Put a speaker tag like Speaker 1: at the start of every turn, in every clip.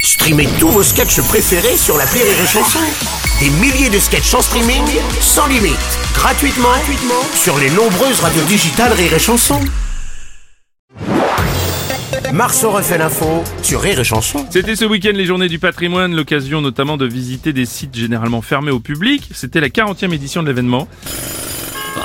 Speaker 1: Streamez tous vos sketchs préférés sur la Rire et Chanson. Des milliers de sketchs en streaming, sans limite, gratuitement, gratuitement sur les nombreuses radios digitales Rire et Chanson. Marceau refait l'info sur Rire et Chanson.
Speaker 2: C'était ce week-end les journées du patrimoine, l'occasion notamment de visiter des sites généralement fermés au public. C'était la 40e édition de l'événement.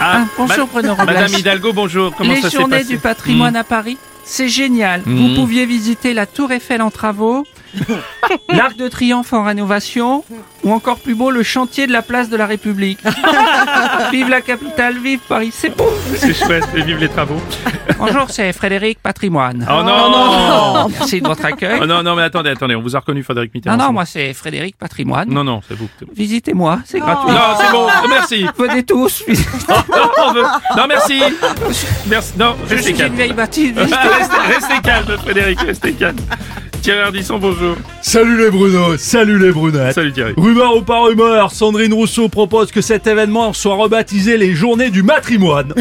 Speaker 2: Ah,
Speaker 3: bonjour, Bruno Robles.
Speaker 2: Madame Hidalgo, bonjour. Comment
Speaker 3: les
Speaker 2: ça s'est
Speaker 3: journées
Speaker 2: passé Hmm.
Speaker 3: du patrimoine à Paris, c'est génial. Vous pouviez visiter la Tour Eiffel en travaux, l'Arc de Triomphe en rénovation, ou encore plus beau, le chantier de la place de la République. vive la capitale, vive Paris, c'est beau.
Speaker 2: Hmm, C'est chouette, et vive les travaux.
Speaker 3: Bonjour, c'est Frédéric Patrimoine.
Speaker 2: Oh non, non
Speaker 3: Merci de votre accueil.
Speaker 2: Oh non, non, mais attendez, attendez, on vous a reconnu Frédéric
Speaker 3: Non,
Speaker 2: Mitterrand.
Speaker 3: non,
Speaker 2: c'est
Speaker 3: moi c'est Oh. Frédéric Patrimoine.
Speaker 2: bon. Non, non, c'est vous. c'est vous.
Speaker 3: Visitez-moi, c'est gratuit.
Speaker 2: Non, c'est bon, merci.
Speaker 3: Venez tous,
Speaker 2: Non, on veut- non, merci. Merci. Non,
Speaker 3: je
Speaker 2: restez
Speaker 3: suis une
Speaker 2: calme.
Speaker 3: vieille bâtisse.
Speaker 2: restez, restez calme, Frédéric, restez calme. Thierry Ardisson, bonjour.
Speaker 4: Salut les Bruno, salut les Brunettes.
Speaker 2: Salut Thierry.
Speaker 4: Rumeur ou pas rumeur, Sandrine Rousseau propose que cet événement soit rebaptisé les Journées du matrimoine.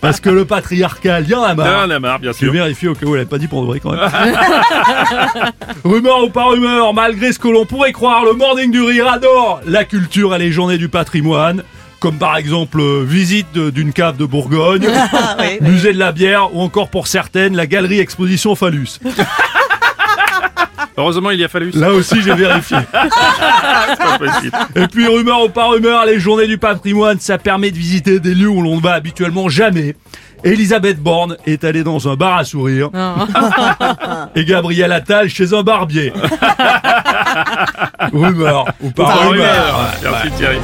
Speaker 4: Parce que le patriarcat, il y en a
Speaker 2: Non,
Speaker 4: marre.
Speaker 2: on a marre, bien
Speaker 4: Je
Speaker 2: sûr.
Speaker 4: vérifie au cas où elle n'a pas dit pour de vrai quand même. rumeur ou pas rumeur, malgré ce que l'on pourrait croire, le Morning du Rire adore la culture et les Journées du patrimoine. Comme par exemple euh, visite de- d'une cave de Bourgogne, musée de la bière ou encore pour certaines la galerie exposition phallus.
Speaker 2: Heureusement, il y a fallu.
Speaker 4: Là aussi j'ai vérifié.
Speaker 2: C'est pas possible.
Speaker 4: Et puis rumeur ou pas rumeur, les journées du patrimoine, ça permet de visiter des lieux où l'on ne va habituellement jamais. Elisabeth Borne est allée dans un bar à sourire. Et Gabriel Attal chez un barbier. rumeur ou pas
Speaker 2: Par
Speaker 4: rumeur.
Speaker 2: rumeur. Merci Thierry.